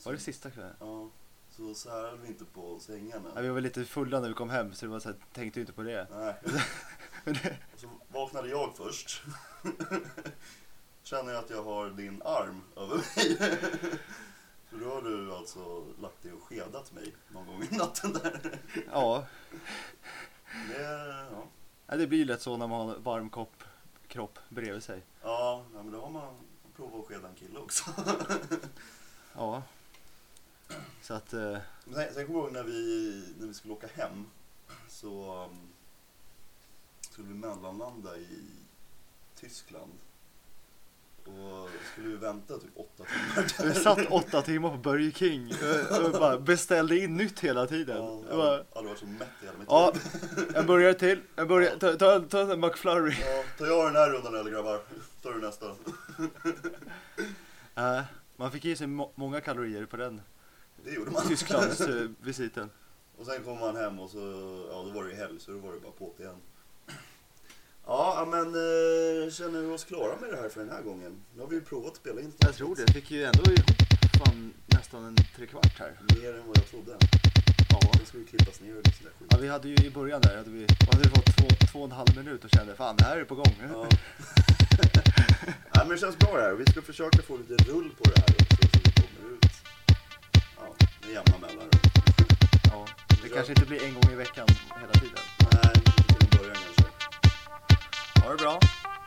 S1: var det sista kvällen?
S2: Ja, så särade vi inte på sängarna.
S1: Ja, vi var väl lite fulla när vi kom hem så det var så här, tänkte ju inte på det.
S2: Nej. Och så vaknade jag först. Känner jag att jag har din arm över mig. Så då har du alltså lagt dig och skedat mig någon gång i natten där.
S1: Ja,
S2: Det, ja.
S1: ja, det blir ju lätt så när man har en varm kopp, kropp bredvid sig.
S2: Ja, ja, men då har man provat att skeda en kille också.
S1: Ja. Så att... eh,
S2: Men Sen, sen kommer jag ihåg när vi, när vi skulle åka hem så um, skulle vi mellanlanda i Tyskland. Och skulle vi vänta typ åtta timmar
S1: Vi
S2: där.
S1: satt åtta timmar på Burger King och bara beställde in nytt hela tiden.
S2: Ja,
S1: Jag
S2: jag
S1: bara,
S2: har aldrig varit så mätt i hela mitt
S1: ja,
S2: liv.
S1: en burgare till. En burgare, ta, ta, en- ta en McFlurry.
S2: Ja, tar jag den här rundan eller grabbar? Tar du nästa?
S1: Äh, man fick i sig må- många kalorier på den
S2: Det gjorde man.
S1: Tysklandsvisiten.
S2: Och sen kom man hem och så, ja då var det ju helg så då var det bara på igen. Ja, ja, men eh, känner vi oss klara med det här för den här gången? Nu har vi ju provat att spela in.
S1: Jag tror det. Jag fick ju ändå fan, nästan en trekvart här.
S2: Mer än vad jag trodde.
S1: Ja.
S2: Det ska ju klippas ner och lite sådär skit.
S1: ja, vi hade ju i början där, hade vi, man hade fått två, två och en halv minut och kände fan det här är på gång.
S2: Ja. Nej men det känns bra det här. Vi ska försöka få lite rull på det här också så vi kommer ut. Ja, med jämna mellanrum.
S1: Ja, det kanske inte blir en gång i veckan hela tiden.
S2: Nej, till en början kanske.
S1: Ha det bra.